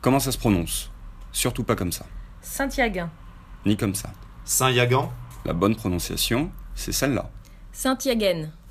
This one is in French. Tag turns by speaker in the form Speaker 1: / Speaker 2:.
Speaker 1: Comment ça se prononce Surtout pas comme ça,
Speaker 2: Saint-Yagain,
Speaker 1: ni comme ça.
Speaker 3: Saint-Yagan
Speaker 1: La bonne prononciation, c'est celle-là.
Speaker 2: Saint-Yagaine,